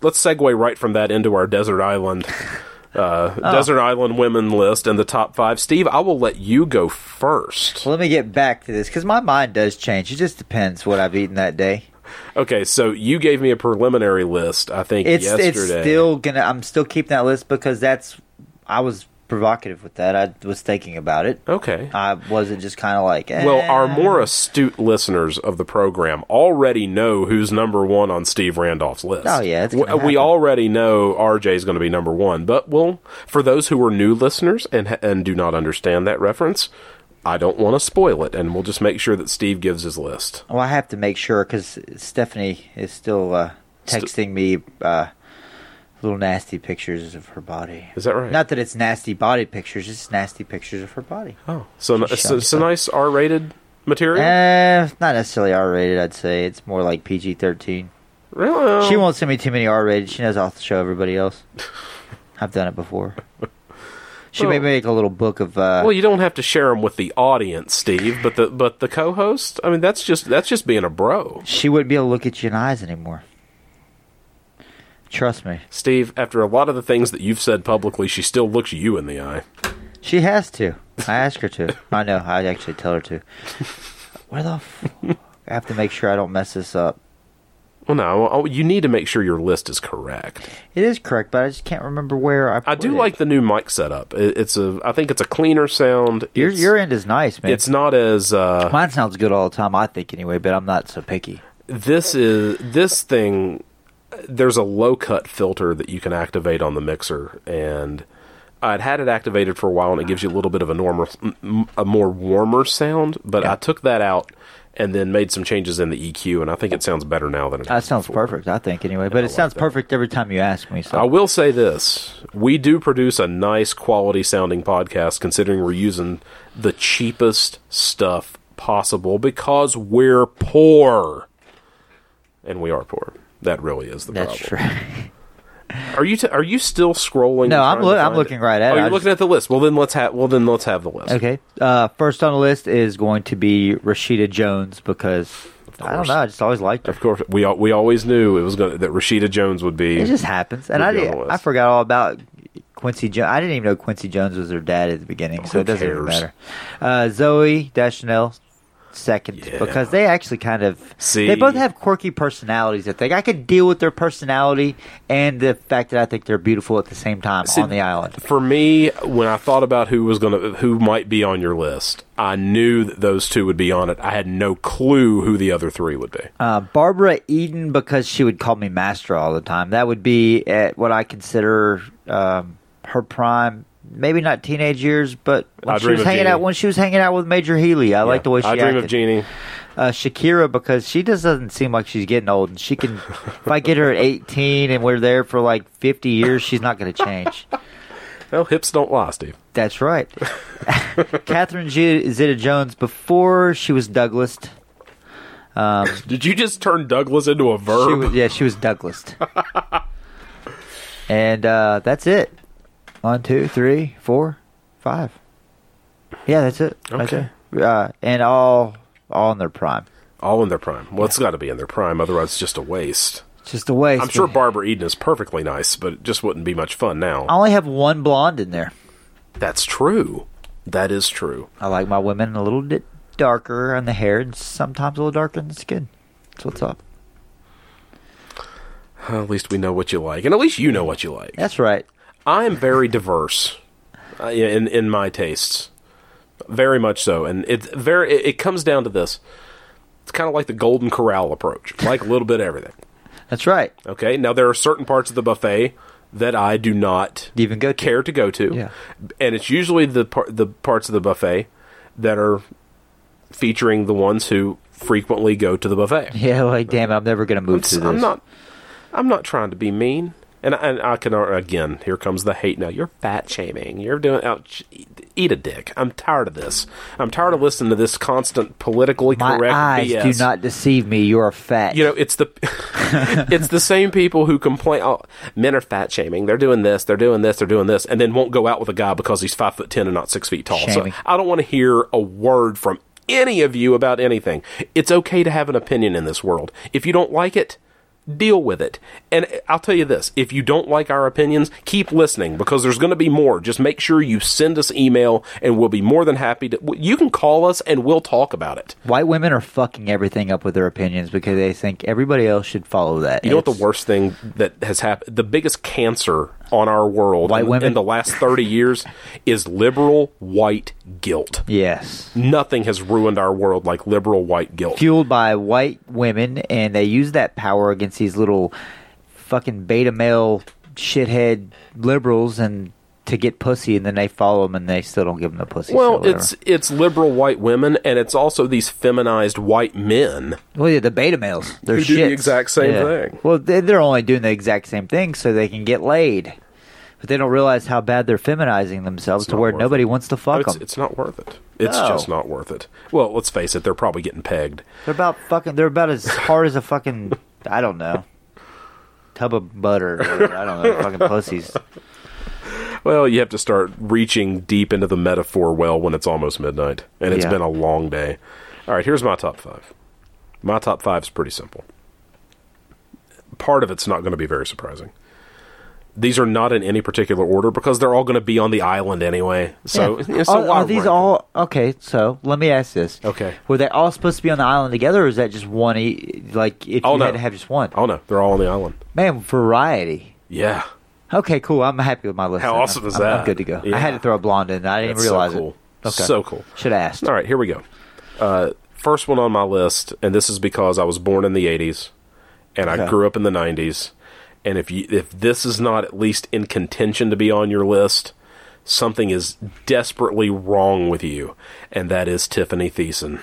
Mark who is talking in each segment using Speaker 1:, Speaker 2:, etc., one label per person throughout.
Speaker 1: Let's segue right from that into our desert island, uh,
Speaker 2: Oh.
Speaker 1: desert island women list and the top five. Steve, I will let you go first.
Speaker 2: Let me get back to this because my mind does change. It just depends what I've eaten that day.
Speaker 1: Okay, so you gave me a preliminary list. I think
Speaker 2: It's
Speaker 1: yesterday.
Speaker 2: it's still gonna. I'm still keeping that list because that's. I was provocative with that. I was thinking about it.
Speaker 1: okay.
Speaker 2: I wasn't just kind of like. Eh.
Speaker 1: Well, our more astute listeners of the program already know who's number one on Steve Randolph's list.
Speaker 2: Oh, yeah, it's
Speaker 1: we,
Speaker 2: gonna
Speaker 1: we
Speaker 2: happen.
Speaker 1: already know RJ is going to be number one. But well, for those who are new listeners and ha- and do not understand that reference, I don't want to spoil it, and we'll just make sure that Steve gives his list.
Speaker 2: Well, I have to make sure because Stephanie is still uh, texting me uh, little nasty pictures of her body.
Speaker 1: Is that right?
Speaker 2: Not that it's nasty body pictures; it's nasty pictures of her body.
Speaker 1: oh, so
Speaker 2: Shut
Speaker 1: so, so
Speaker 2: up.
Speaker 1: nice R-rated material.
Speaker 2: Eh, not necessarily R-rated. I'd say it's more like PG-13.
Speaker 1: really?
Speaker 2: She won't send me too many R-rated. She knows I'll show everybody else. I've done it before. She may
Speaker 1: Well-
Speaker 2: make a little book of. Uh,
Speaker 1: Well, you don't have to share them with the audience, Steve, but the but the co-host. I mean, that's just that's just being a bro.
Speaker 2: she wouldn't be able to look at you in the eyes anymore. Trust me,
Speaker 1: Steve, after a lot of the things that you've said publicly, she still looks you in the eye.
Speaker 2: she has to. I ask her to. I know. I actually tell her to. Where the? F- I have to make sure I don't mess this up.
Speaker 1: Well, no, oh, you need to make sure your list is correct.
Speaker 2: It is correct, but I just can't remember where I.
Speaker 1: I
Speaker 2: put
Speaker 1: do
Speaker 2: it.
Speaker 1: like the new mic setup. It, it's a, I think it's a cleaner sound.
Speaker 2: your
Speaker 1: it's,
Speaker 2: your end is nice, man.
Speaker 1: It's not as uh,
Speaker 2: Mine sounds good all the time, I think, anyway. But I'm not so picky.
Speaker 1: this is this thing. There's a low cut filter that you can activate on the mixer, and I'd had it activated for a while, and it gives you a little bit of a normal, m- a more warmer sound. But I took that out and then made some changes in the EQ, and I think it sounds better now than it
Speaker 2: That sounds perfect, I think, anyway. But it sounds perfect every time you ask me. So
Speaker 1: I will say this: we do produce a nice quality sounding podcast, considering we're using the cheapest stuff possible because we're poor, and we are poor. That really is the
Speaker 2: that's
Speaker 1: problem.
Speaker 2: true.
Speaker 1: Are you t- are you still scrolling?
Speaker 2: No,
Speaker 1: and
Speaker 2: I'm
Speaker 1: trying to
Speaker 2: loo- I'm
Speaker 1: find it?
Speaker 2: looking right at
Speaker 1: Oh,
Speaker 2: it.
Speaker 1: you're
Speaker 2: I
Speaker 1: looking at the list. Well, then let's have. Well, then let's have the list.
Speaker 2: okay. Uh, first on the list is going to be Rashida Jones because I don't
Speaker 1: course.
Speaker 2: know. I just always liked her.
Speaker 1: Of course, we al- we always knew it was gonna, that Rashida Jones would be.
Speaker 2: It just happens, and
Speaker 1: Would
Speaker 2: I
Speaker 1: be on
Speaker 2: did,
Speaker 1: the list.
Speaker 2: I forgot all about Quincy Jones. I didn't even know Quincy Jones was her dad at the beginning, so
Speaker 1: Who
Speaker 2: it doesn't even
Speaker 1: cares?
Speaker 2: matter. Uh, Zoe Deschanel. Second,
Speaker 1: Yeah.
Speaker 2: because they actually kind of
Speaker 1: See?
Speaker 2: they both have quirky personalities. I think I could deal with their personality and the fact that I think they're beautiful at the same time
Speaker 1: See,
Speaker 2: on the island.
Speaker 1: For me, when I thought about who was gonna who might be on your list, I knew that those two would be on it. I had no clue who the other three would be.
Speaker 2: Uh, Barbara Eden because she would call me master all the time. That would be at what I consider um, her prime, maybe not teenage years, but when
Speaker 1: I
Speaker 2: she
Speaker 1: Dream
Speaker 2: was
Speaker 1: of
Speaker 2: hanging
Speaker 1: Jeannie.
Speaker 2: out when she was hanging out with Major Healy. I like the way she
Speaker 1: I dream
Speaker 2: acted.
Speaker 1: of Jeannie.
Speaker 2: Uh, Shakira because she just doesn't seem like she's getting old, and she can. if I get her at eighteen and we're there for like fifty years, she's not going to change.
Speaker 1: Well, hips don't lie, Steve.
Speaker 2: That's right. Catherine G- Zeta Jones before she was Douglas. Um,
Speaker 1: Did you just turn Douglas into a
Speaker 2: She
Speaker 1: verb?
Speaker 2: was, yeah, she was Douglas. and uh, that's it. One, two, three, four, five. Yeah, that's it. Right
Speaker 1: Okay.
Speaker 2: there. Uh, and all all in their prime.
Speaker 1: All in their prime. Well, it's got to be in their prime, otherwise it's just a waste.
Speaker 2: It's just a waste.
Speaker 1: I'm sure Barbara Eden is perfectly nice, but it just wouldn't be much fun
Speaker 2: I
Speaker 1: now.
Speaker 2: only have one blonde in there.
Speaker 1: That's true. That is true.
Speaker 2: I like my women a little bit darker on the hair and sometimes a little darker in the skin. That's what's up.
Speaker 1: Uh, At least we know what you like, and at least you know what you like.
Speaker 2: That's right.
Speaker 1: I am very diverse uh, in in my tastes, very much so, and it's very. It, it comes down to this. It's kind of like the Golden Corral approach, like a little bit of everything.
Speaker 2: That's right.
Speaker 1: Okay, now there are certain parts of the buffet that I do not
Speaker 2: You even go to.
Speaker 1: care to go to,
Speaker 2: Yeah.
Speaker 1: and it's usually the par- the parts of the buffet that are featuring the ones who frequently go to the buffet.
Speaker 2: Yeah, like damn, it, I'm never gonna move
Speaker 1: I'm,
Speaker 2: to
Speaker 1: s-
Speaker 2: this.
Speaker 1: I'm not. I'm not trying to be mean, and I, and I can again. Here comes the hate. Now you're fat shaming. You're doing out. sh- Eat a dick. I'm tired of this. I'm tired of listening to this constant politically
Speaker 2: my
Speaker 1: correct
Speaker 2: eyes
Speaker 1: BS.
Speaker 2: do not deceive me. You are fat.
Speaker 1: You know, it's the it's the same people who complain. Oh, men are fat shaming. They're doing this. They're doing this. They're doing this, and then won't go out with a guy because he's five foot ten and not six feet tall.
Speaker 2: Shaming.
Speaker 1: So I don't want to hear a word from any of you about anything. It's okay to have an opinion in this world. If you don't like it, deal with it. And I'll tell you this if you don't like our opinions, keep listening because there's going to be more. Just make sure you send us email and we'll be more than happy to. You can call us and we'll talk about it.
Speaker 2: White women are fucking everything up with their opinions because they think everybody else should follow that.
Speaker 1: You know what the
Speaker 2: It's-
Speaker 1: worst thing that has happened? The biggest cancer on our world
Speaker 2: White
Speaker 1: in,
Speaker 2: women?
Speaker 1: in the last 30 years is liberal white guilt.
Speaker 2: Yes.
Speaker 1: Nothing has ruined our world like liberal white guilt.
Speaker 2: fueled by white women, and they use that power against these little fucking beta male shithead liberals, and to get pussy, and then they follow them, and they still don't give them the pussy. so
Speaker 1: Well,
Speaker 2: whatever.
Speaker 1: it's it's liberal white women, and it's also these feminized white men.
Speaker 2: well, yeah, the beta males, they're
Speaker 1: Who do the
Speaker 2: shits.
Speaker 1: exact same
Speaker 2: Yeah.
Speaker 1: thing.
Speaker 2: Well, they- they're only doing the exact same thing so they can get laid. But they don't realize how bad they're feminizing themselves to
Speaker 1: not
Speaker 2: where
Speaker 1: worth
Speaker 2: nobody
Speaker 1: it. Oh,
Speaker 2: wants to fuck
Speaker 1: it's,
Speaker 2: them.
Speaker 1: it's not worth it. It's
Speaker 2: No.
Speaker 1: just not worth it. Well, let's face it; they're probably getting pegged.
Speaker 2: They're about fucking. They're about as hard as a fucking. I don't know. Tub of butter. Or, I don't know. Fucking pussies.
Speaker 1: Well, you have to start reaching deep into the metaphor well when it's almost midnight, and it's
Speaker 2: Yeah.
Speaker 1: been a long day. All right, here's my top five. My top five is pretty simple. Part of it's not going to be very surprising. These are not in any particular order because they're all going to be on the island anyway. So,
Speaker 2: Yeah.
Speaker 1: so
Speaker 2: are,
Speaker 1: why
Speaker 2: are these
Speaker 1: rank them?
Speaker 2: all okay? So let me ask this:
Speaker 1: Okay.
Speaker 2: were they all supposed to be on the island together, or is that just one? e- Like, if
Speaker 1: Oh,
Speaker 2: you
Speaker 1: no.
Speaker 2: had to have just one,
Speaker 1: Oh no, they're all on the island.
Speaker 2: man, variety.
Speaker 1: Yeah,
Speaker 2: Okay, cool. I'm happy with my list.
Speaker 1: How
Speaker 2: then.
Speaker 1: awesome
Speaker 2: I'm-
Speaker 1: is
Speaker 2: I'm- I'm
Speaker 1: that?
Speaker 2: good to go.
Speaker 1: Yeah.
Speaker 2: I had to throw a blonde in. I didn't
Speaker 1: That's so
Speaker 2: realize
Speaker 1: cool.
Speaker 2: it. Okay.
Speaker 1: So cool.
Speaker 2: Should have asked.
Speaker 1: All right, here we go. Uh, first one on my list, and this is because I was born in the '80s, and I
Speaker 2: Okay.
Speaker 1: grew up in the '90s. And if you if this is not at least in contention to be on your list, something is desperately wrong with you, and that is Tiffany Thiessen.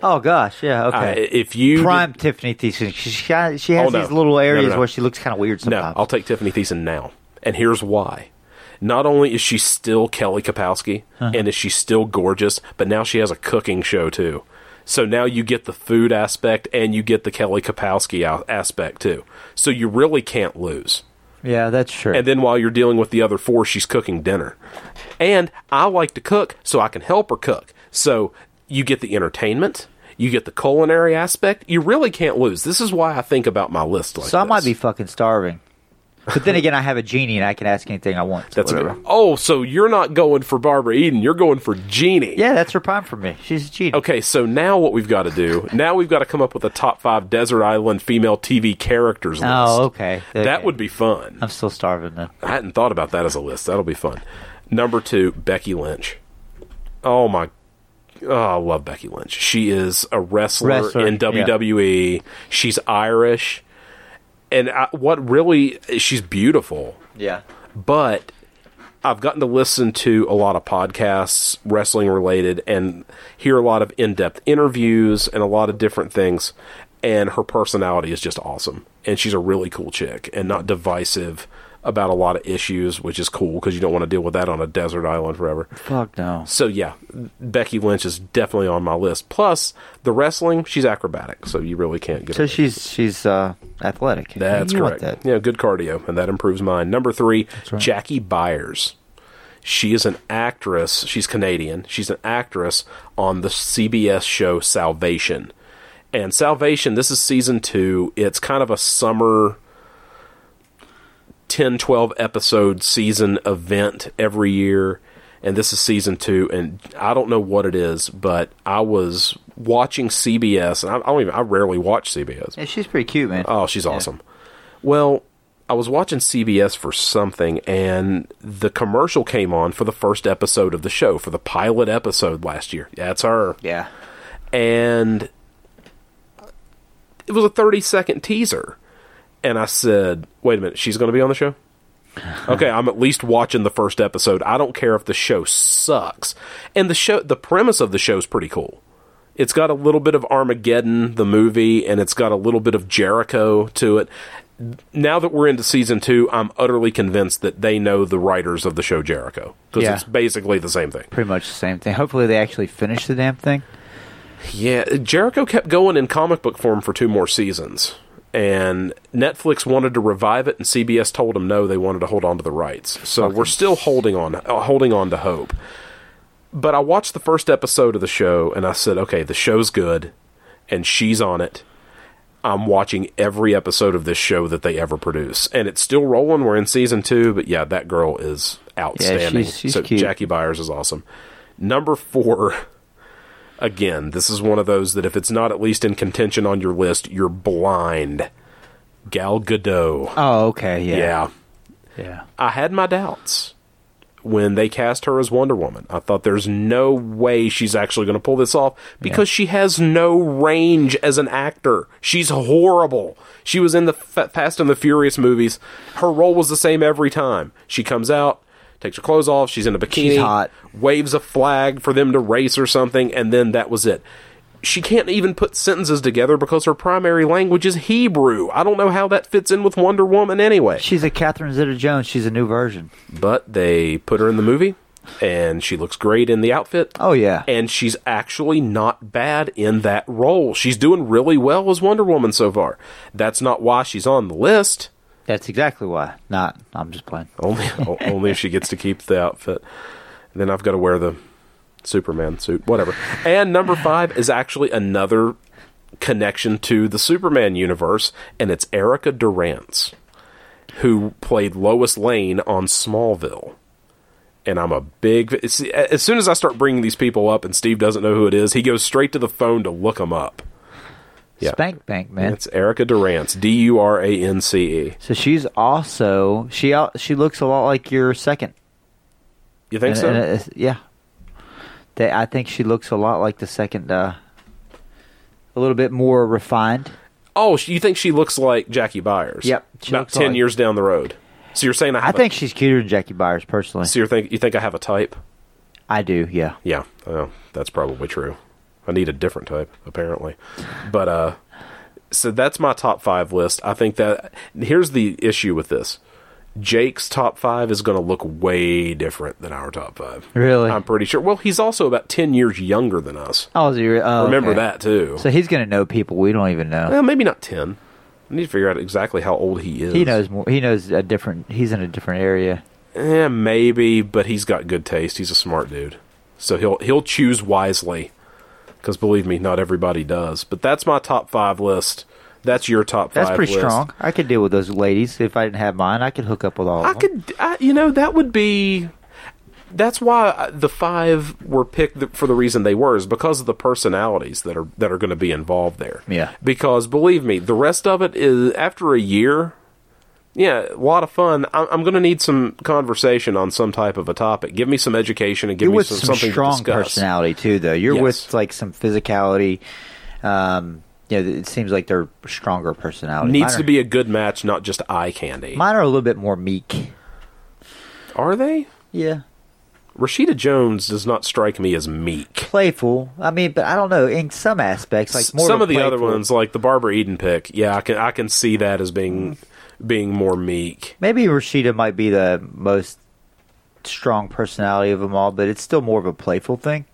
Speaker 2: Oh gosh, yeah.
Speaker 1: I-
Speaker 2: Okay.
Speaker 1: if you
Speaker 2: Prime Tiffany Thiessen. She, she has she has
Speaker 1: Oh, no.
Speaker 2: these little
Speaker 1: No, no,
Speaker 2: areas
Speaker 1: no.
Speaker 2: where she looks kind of weird
Speaker 1: no,
Speaker 2: sometimes.
Speaker 1: I'll take Tiffany Thiessen now, and here's why. Not only is she still Kelly Kapowski, and is she still gorgeous, but now she has a cooking show too. So now you get the food aspect and you get the Kelly Kapowski a- aspect too. So you really can't lose.
Speaker 2: yeah, that's true.
Speaker 1: And then while you're dealing with the other four, she's cooking dinner. And I like to cook, so I can help her cook. So you get the entertainment, you get the culinary aspect. You really can't lose. This is why I think about my list like
Speaker 2: so I might
Speaker 1: this.
Speaker 2: be fucking starving. But then again, I have a genie and I can ask anything I want. so
Speaker 1: That's
Speaker 2: whatever.
Speaker 1: a, oh, so you're not going for Barbara Eden, you're going for Jeannie.
Speaker 2: Yeah, that's her prime for me. She's a genie.
Speaker 1: Okay, so now what we've got to do? Now we've got to come up with a top five desert island female TV characters list.
Speaker 2: Oh, okay.
Speaker 1: That
Speaker 2: Okay.
Speaker 1: would be fun.
Speaker 2: I'm still starving then.
Speaker 1: I hadn't thought about that as a list. That'll be fun. Number two, Becky Lynch. Oh my, oh, I love Becky Lynch. She is a wrestler,
Speaker 2: Wrestler,
Speaker 1: in
Speaker 2: yeah.
Speaker 1: WWE. She's Irish, and I, what really? She's beautiful.
Speaker 2: Yeah.
Speaker 1: but I've gotten to listen to a lot of podcasts, wrestling related, and hear a lot of in depth interviews and a lot of different things. And her personality is just awesome. And she's a really cool chick and not divisive about a lot of issues, which is cool because you don't want to deal with that on a desert island forever.
Speaker 2: Fuck no.
Speaker 1: So, yeah, Becky Lynch is definitely on my list. Plus, the wrestling, she's acrobatic, so you really can't get
Speaker 2: So
Speaker 1: away
Speaker 2: she's she's uh, athletic.
Speaker 1: that's
Speaker 2: you
Speaker 1: correct.
Speaker 2: Want that.
Speaker 1: Yeah, good cardio, and that improves mine. Number three, Jackie Byers. She is an actress. She's Canadian. She's an actress on the CBS show Salvation. And Salvation, this is season two. It's kind of a summer 10, 12 episode season event every year. And this is season two. And I don't know what it is, but I was watching CBS, and I, I don't even, I rarely watch CBS.
Speaker 2: Yeah, she's pretty cute, man.
Speaker 1: Oh, she's awesome. Well, I was watching CBS for something, and the commercial came on for the first episode of the show, for the pilot episode last year. That's her.
Speaker 2: yeah.
Speaker 1: And it was a 30 second teaser. And I said, wait a minute, she's going to be on the show? okay, I'm at least watching the first episode. I don't care if the show sucks. And the show the premise of the show is pretty cool. It's got a little bit of Armageddon the movie and it's got a little bit of Jericho to it. Now that we're into season 2, I'm utterly convinced that they know the writers of the show Jericho because
Speaker 2: Yeah.
Speaker 1: it's basically the same thing.
Speaker 2: Pretty much the same thing. Hopefully they actually finish the damn thing.
Speaker 1: Yeah, Jericho kept going in comic book form for two more seasons. And Netflix wanted to revive it, and CBS told them no. They wanted to hold on to the rights, so we're still holding on, uh, holding on to hope. But I watched the first episode of the show, and I said, "Okay, the show's good, and she's on it." I'm watching every episode of this show that they ever produce, and it's still rolling. We're in season two, but yeah, that girl is outstanding.
Speaker 2: she's- she's
Speaker 1: so
Speaker 2: cute.
Speaker 1: Jackie Byers is awesome. Number four, again, this is one of those that if it's not at least in contention on your list, you're blind. Gal Gadot.
Speaker 2: Oh, okay. Yeah.
Speaker 1: yeah.
Speaker 2: Yeah.
Speaker 1: I had my doubts when they cast her as Wonder Woman. I thought there's no way she's actually going to pull this off because she has no range as an actor. She's horrible. She was in the Fa- Fast and the Furious movies. Her role was the same every time. She comes out, takes her clothes off, she's in a bikini,
Speaker 2: She's hot.
Speaker 1: waves a flag for them to race or something, and then that was it. She can't even put sentences together because her primary language is Hebrew. I don't know how that fits in with Wonder Woman anyway
Speaker 2: She's a Catherine Zeta-Jones. She's a new version.
Speaker 1: but they put her in the movie and she looks great in the outfit
Speaker 2: Oh yeah.
Speaker 1: and she's actually not bad in that role she's doing really well as wonder woman so far that's not why she's on the list
Speaker 2: That's exactly why. Not. I'm just playing.
Speaker 1: only o- only if she gets to keep the outfit then i've got to wear the superman suit whatever and number five is actually another connection to the superman universe and it's erica durance who played lois lane on smallville and i'm a big see, a- as soon as i start bringing these people up and steve doesn't know who it is he goes straight to the phone to look them up Yeah.
Speaker 2: Spank bank, man.
Speaker 1: it's erica durance d-u-r-a-n-c-e
Speaker 2: So she's also she al- she looks a lot like your second.
Speaker 1: you think
Speaker 2: And-
Speaker 1: so
Speaker 2: and it's- yeah. They, I think she looks a lot like the second. Uh, a little bit more refined.
Speaker 1: Oh, sh- you think she looks like Jackie Byers?
Speaker 2: Yep, she
Speaker 1: About
Speaker 2: looks
Speaker 1: ten
Speaker 2: like-
Speaker 1: years down the road. So you're saying I
Speaker 2: I
Speaker 1: have a-
Speaker 2: think she's cuter than Jackie Byers personally.
Speaker 1: so you're think you think I have a type?
Speaker 2: I do. Yeah.
Speaker 1: Yeah. Oh, that's probably true. I need a different type, apparently. But uh so that's my top five list. I think that here's the issue with this. Jake's top five is going to look way different than our top five.
Speaker 2: Really?
Speaker 1: I'm pretty sure. Well, he's also about ten years younger than us.
Speaker 2: Oh, is he re- oh,
Speaker 1: Remember
Speaker 2: okay.
Speaker 1: that too.
Speaker 2: So he's gonna know people we don't even know.
Speaker 1: well, maybe not ten. I need to figure out exactly how old he is.
Speaker 2: He knows more. He knows a different. He's in a different area.
Speaker 1: Eh, maybe, but he's got good taste. He's a smart dude, so he'll he'll choose wisely. Because believe me, not everybody does. But that's my top five list. That's your top five.
Speaker 2: That's pretty
Speaker 1: list.
Speaker 2: strong. I could deal with those ladies if I didn't have mine. I could hook up with all.
Speaker 1: I
Speaker 2: of them.
Speaker 1: could, I, you know, that would be. That's why uh, the five were picked th- for the reason they were is because of the personalities that are that are going to be involved there.
Speaker 2: Yeah.
Speaker 1: Because believe me, the rest of it is after a year. Yeah, a lot of fun. I'm, I'm going to need some conversation on some type of a topic. Give me some education and give
Speaker 2: You're
Speaker 1: me
Speaker 2: with
Speaker 1: some,
Speaker 2: some,
Speaker 1: something to
Speaker 2: strong
Speaker 1: discuss.
Speaker 2: personality too, though. You're
Speaker 1: Yes.
Speaker 2: with like some physicality. Um, you know, it seems like they're stronger personality.
Speaker 1: Needs
Speaker 2: Mine
Speaker 1: to
Speaker 2: are-
Speaker 1: be a good match, not just eye candy.
Speaker 2: Mine are a little bit more meek.
Speaker 1: Are they?
Speaker 2: Yeah,
Speaker 1: Rashida Jones does not strike me as meek.
Speaker 2: playful. I mean, but I don't know. In some aspects, like more
Speaker 1: some
Speaker 2: a
Speaker 1: of the other
Speaker 2: playful-
Speaker 1: ones, like the Barbara Eden pick, yeah, I can I can see that as being being more meek.
Speaker 2: Maybe Rashida might be the most strong personality of them all, but it's still more of a playful thing.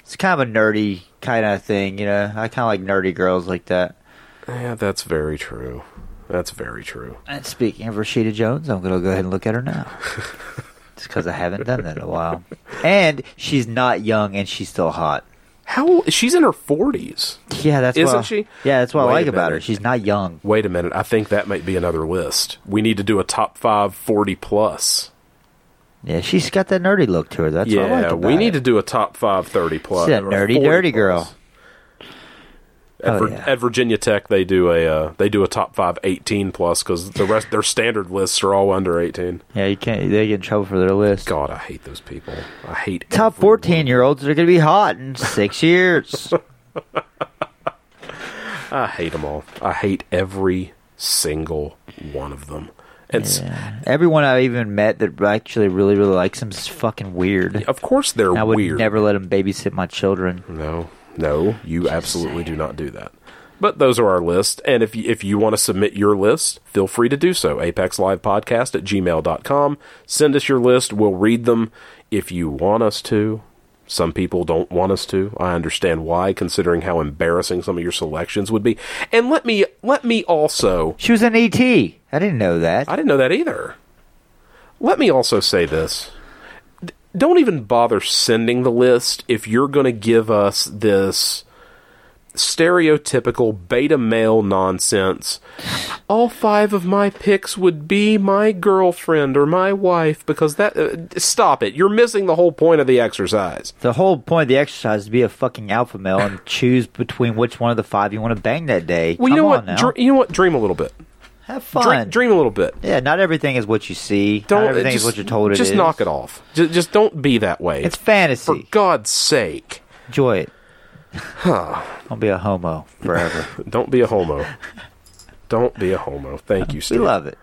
Speaker 2: It's kind of a nerdy kind of thing, you know. I kind of like nerdy girls like that.
Speaker 1: Yeah, that's very true. That's very true.
Speaker 2: And speaking of Rashida Jones, I'm going to go ahead and look at her now. Just because I haven't done that in a while. And she's not young and she's still hot.
Speaker 1: How she's in her forties.
Speaker 2: Yeah, that's
Speaker 1: Isn't
Speaker 2: what I-
Speaker 1: she?
Speaker 2: Yeah, that's what
Speaker 1: Wait
Speaker 2: I
Speaker 1: a
Speaker 2: like about
Speaker 1: minute.
Speaker 2: her. She's not young.
Speaker 1: Wait a minute, I think that might be another list. We need to do a top five 40 plus.
Speaker 2: Yeah, she's got that nerdy look to her. That's
Speaker 1: yeah,
Speaker 2: what I like about
Speaker 1: we need
Speaker 2: her.
Speaker 1: to do a top five 30 plus.
Speaker 2: She's that
Speaker 1: or
Speaker 2: nerdy,
Speaker 1: 40
Speaker 2: dirty
Speaker 1: plus.
Speaker 2: girl.
Speaker 1: At,
Speaker 2: Oh,
Speaker 1: Vir-
Speaker 2: yeah.
Speaker 1: at Virginia Tech, they do a uh, they do a top five 18 plus because the rest their standard lists are all under 18.
Speaker 2: Yeah, you can't. They get in trouble for their list.
Speaker 1: God, I hate those people. I hate
Speaker 2: top
Speaker 1: every one.
Speaker 2: 14 year olds are going to be hot in six years.
Speaker 1: I hate them all. I hate every single one of them. And s-
Speaker 2: Everyone I've even met that actually really, really likes them is fucking weird.
Speaker 1: of course they're
Speaker 2: I would
Speaker 1: weird.
Speaker 2: never let them babysit my children.
Speaker 1: No, no, you absolutely do not do that. But those are our list. And if you, if you want to submit your list, feel free to do so. ApexLivePodcast at gmail.com. Send us your list. We'll read them if you want us to. Some people don't want us to. I understand why, considering how embarrassing some of your selections would be. And let me let me also
Speaker 2: She was an ET. I didn't know that.
Speaker 1: I didn't know that either. Let me also say this. D- don't even bother sending the list if you're going to give us this stereotypical beta male nonsense. All five of my picks would be my girlfriend or my wife because that. Uh, stop it. You're missing the whole point of the exercise.
Speaker 2: The whole point of the exercise is to be a fucking alpha male and choose between which one of the five you want to bang that day.
Speaker 1: Well,
Speaker 2: Come
Speaker 1: you know
Speaker 2: on
Speaker 1: what?
Speaker 2: now.
Speaker 1: Dr- you know what? Dream a little bit.
Speaker 2: Have
Speaker 1: Dre-
Speaker 2: fun.
Speaker 1: dream a little bit.
Speaker 2: Yeah, not everything is what you see.
Speaker 1: Don't uh,
Speaker 2: not everything
Speaker 1: just,
Speaker 2: is what you're told it is.
Speaker 1: Just knock it off. Just, just don't be that way.
Speaker 2: It's
Speaker 1: for
Speaker 2: fantasy.
Speaker 1: God's sake.
Speaker 2: Enjoy it. Don't be a homo forever.
Speaker 1: Don't be a homo. Don't be a homo. Thank you,
Speaker 2: we
Speaker 1: Steve.
Speaker 2: love it.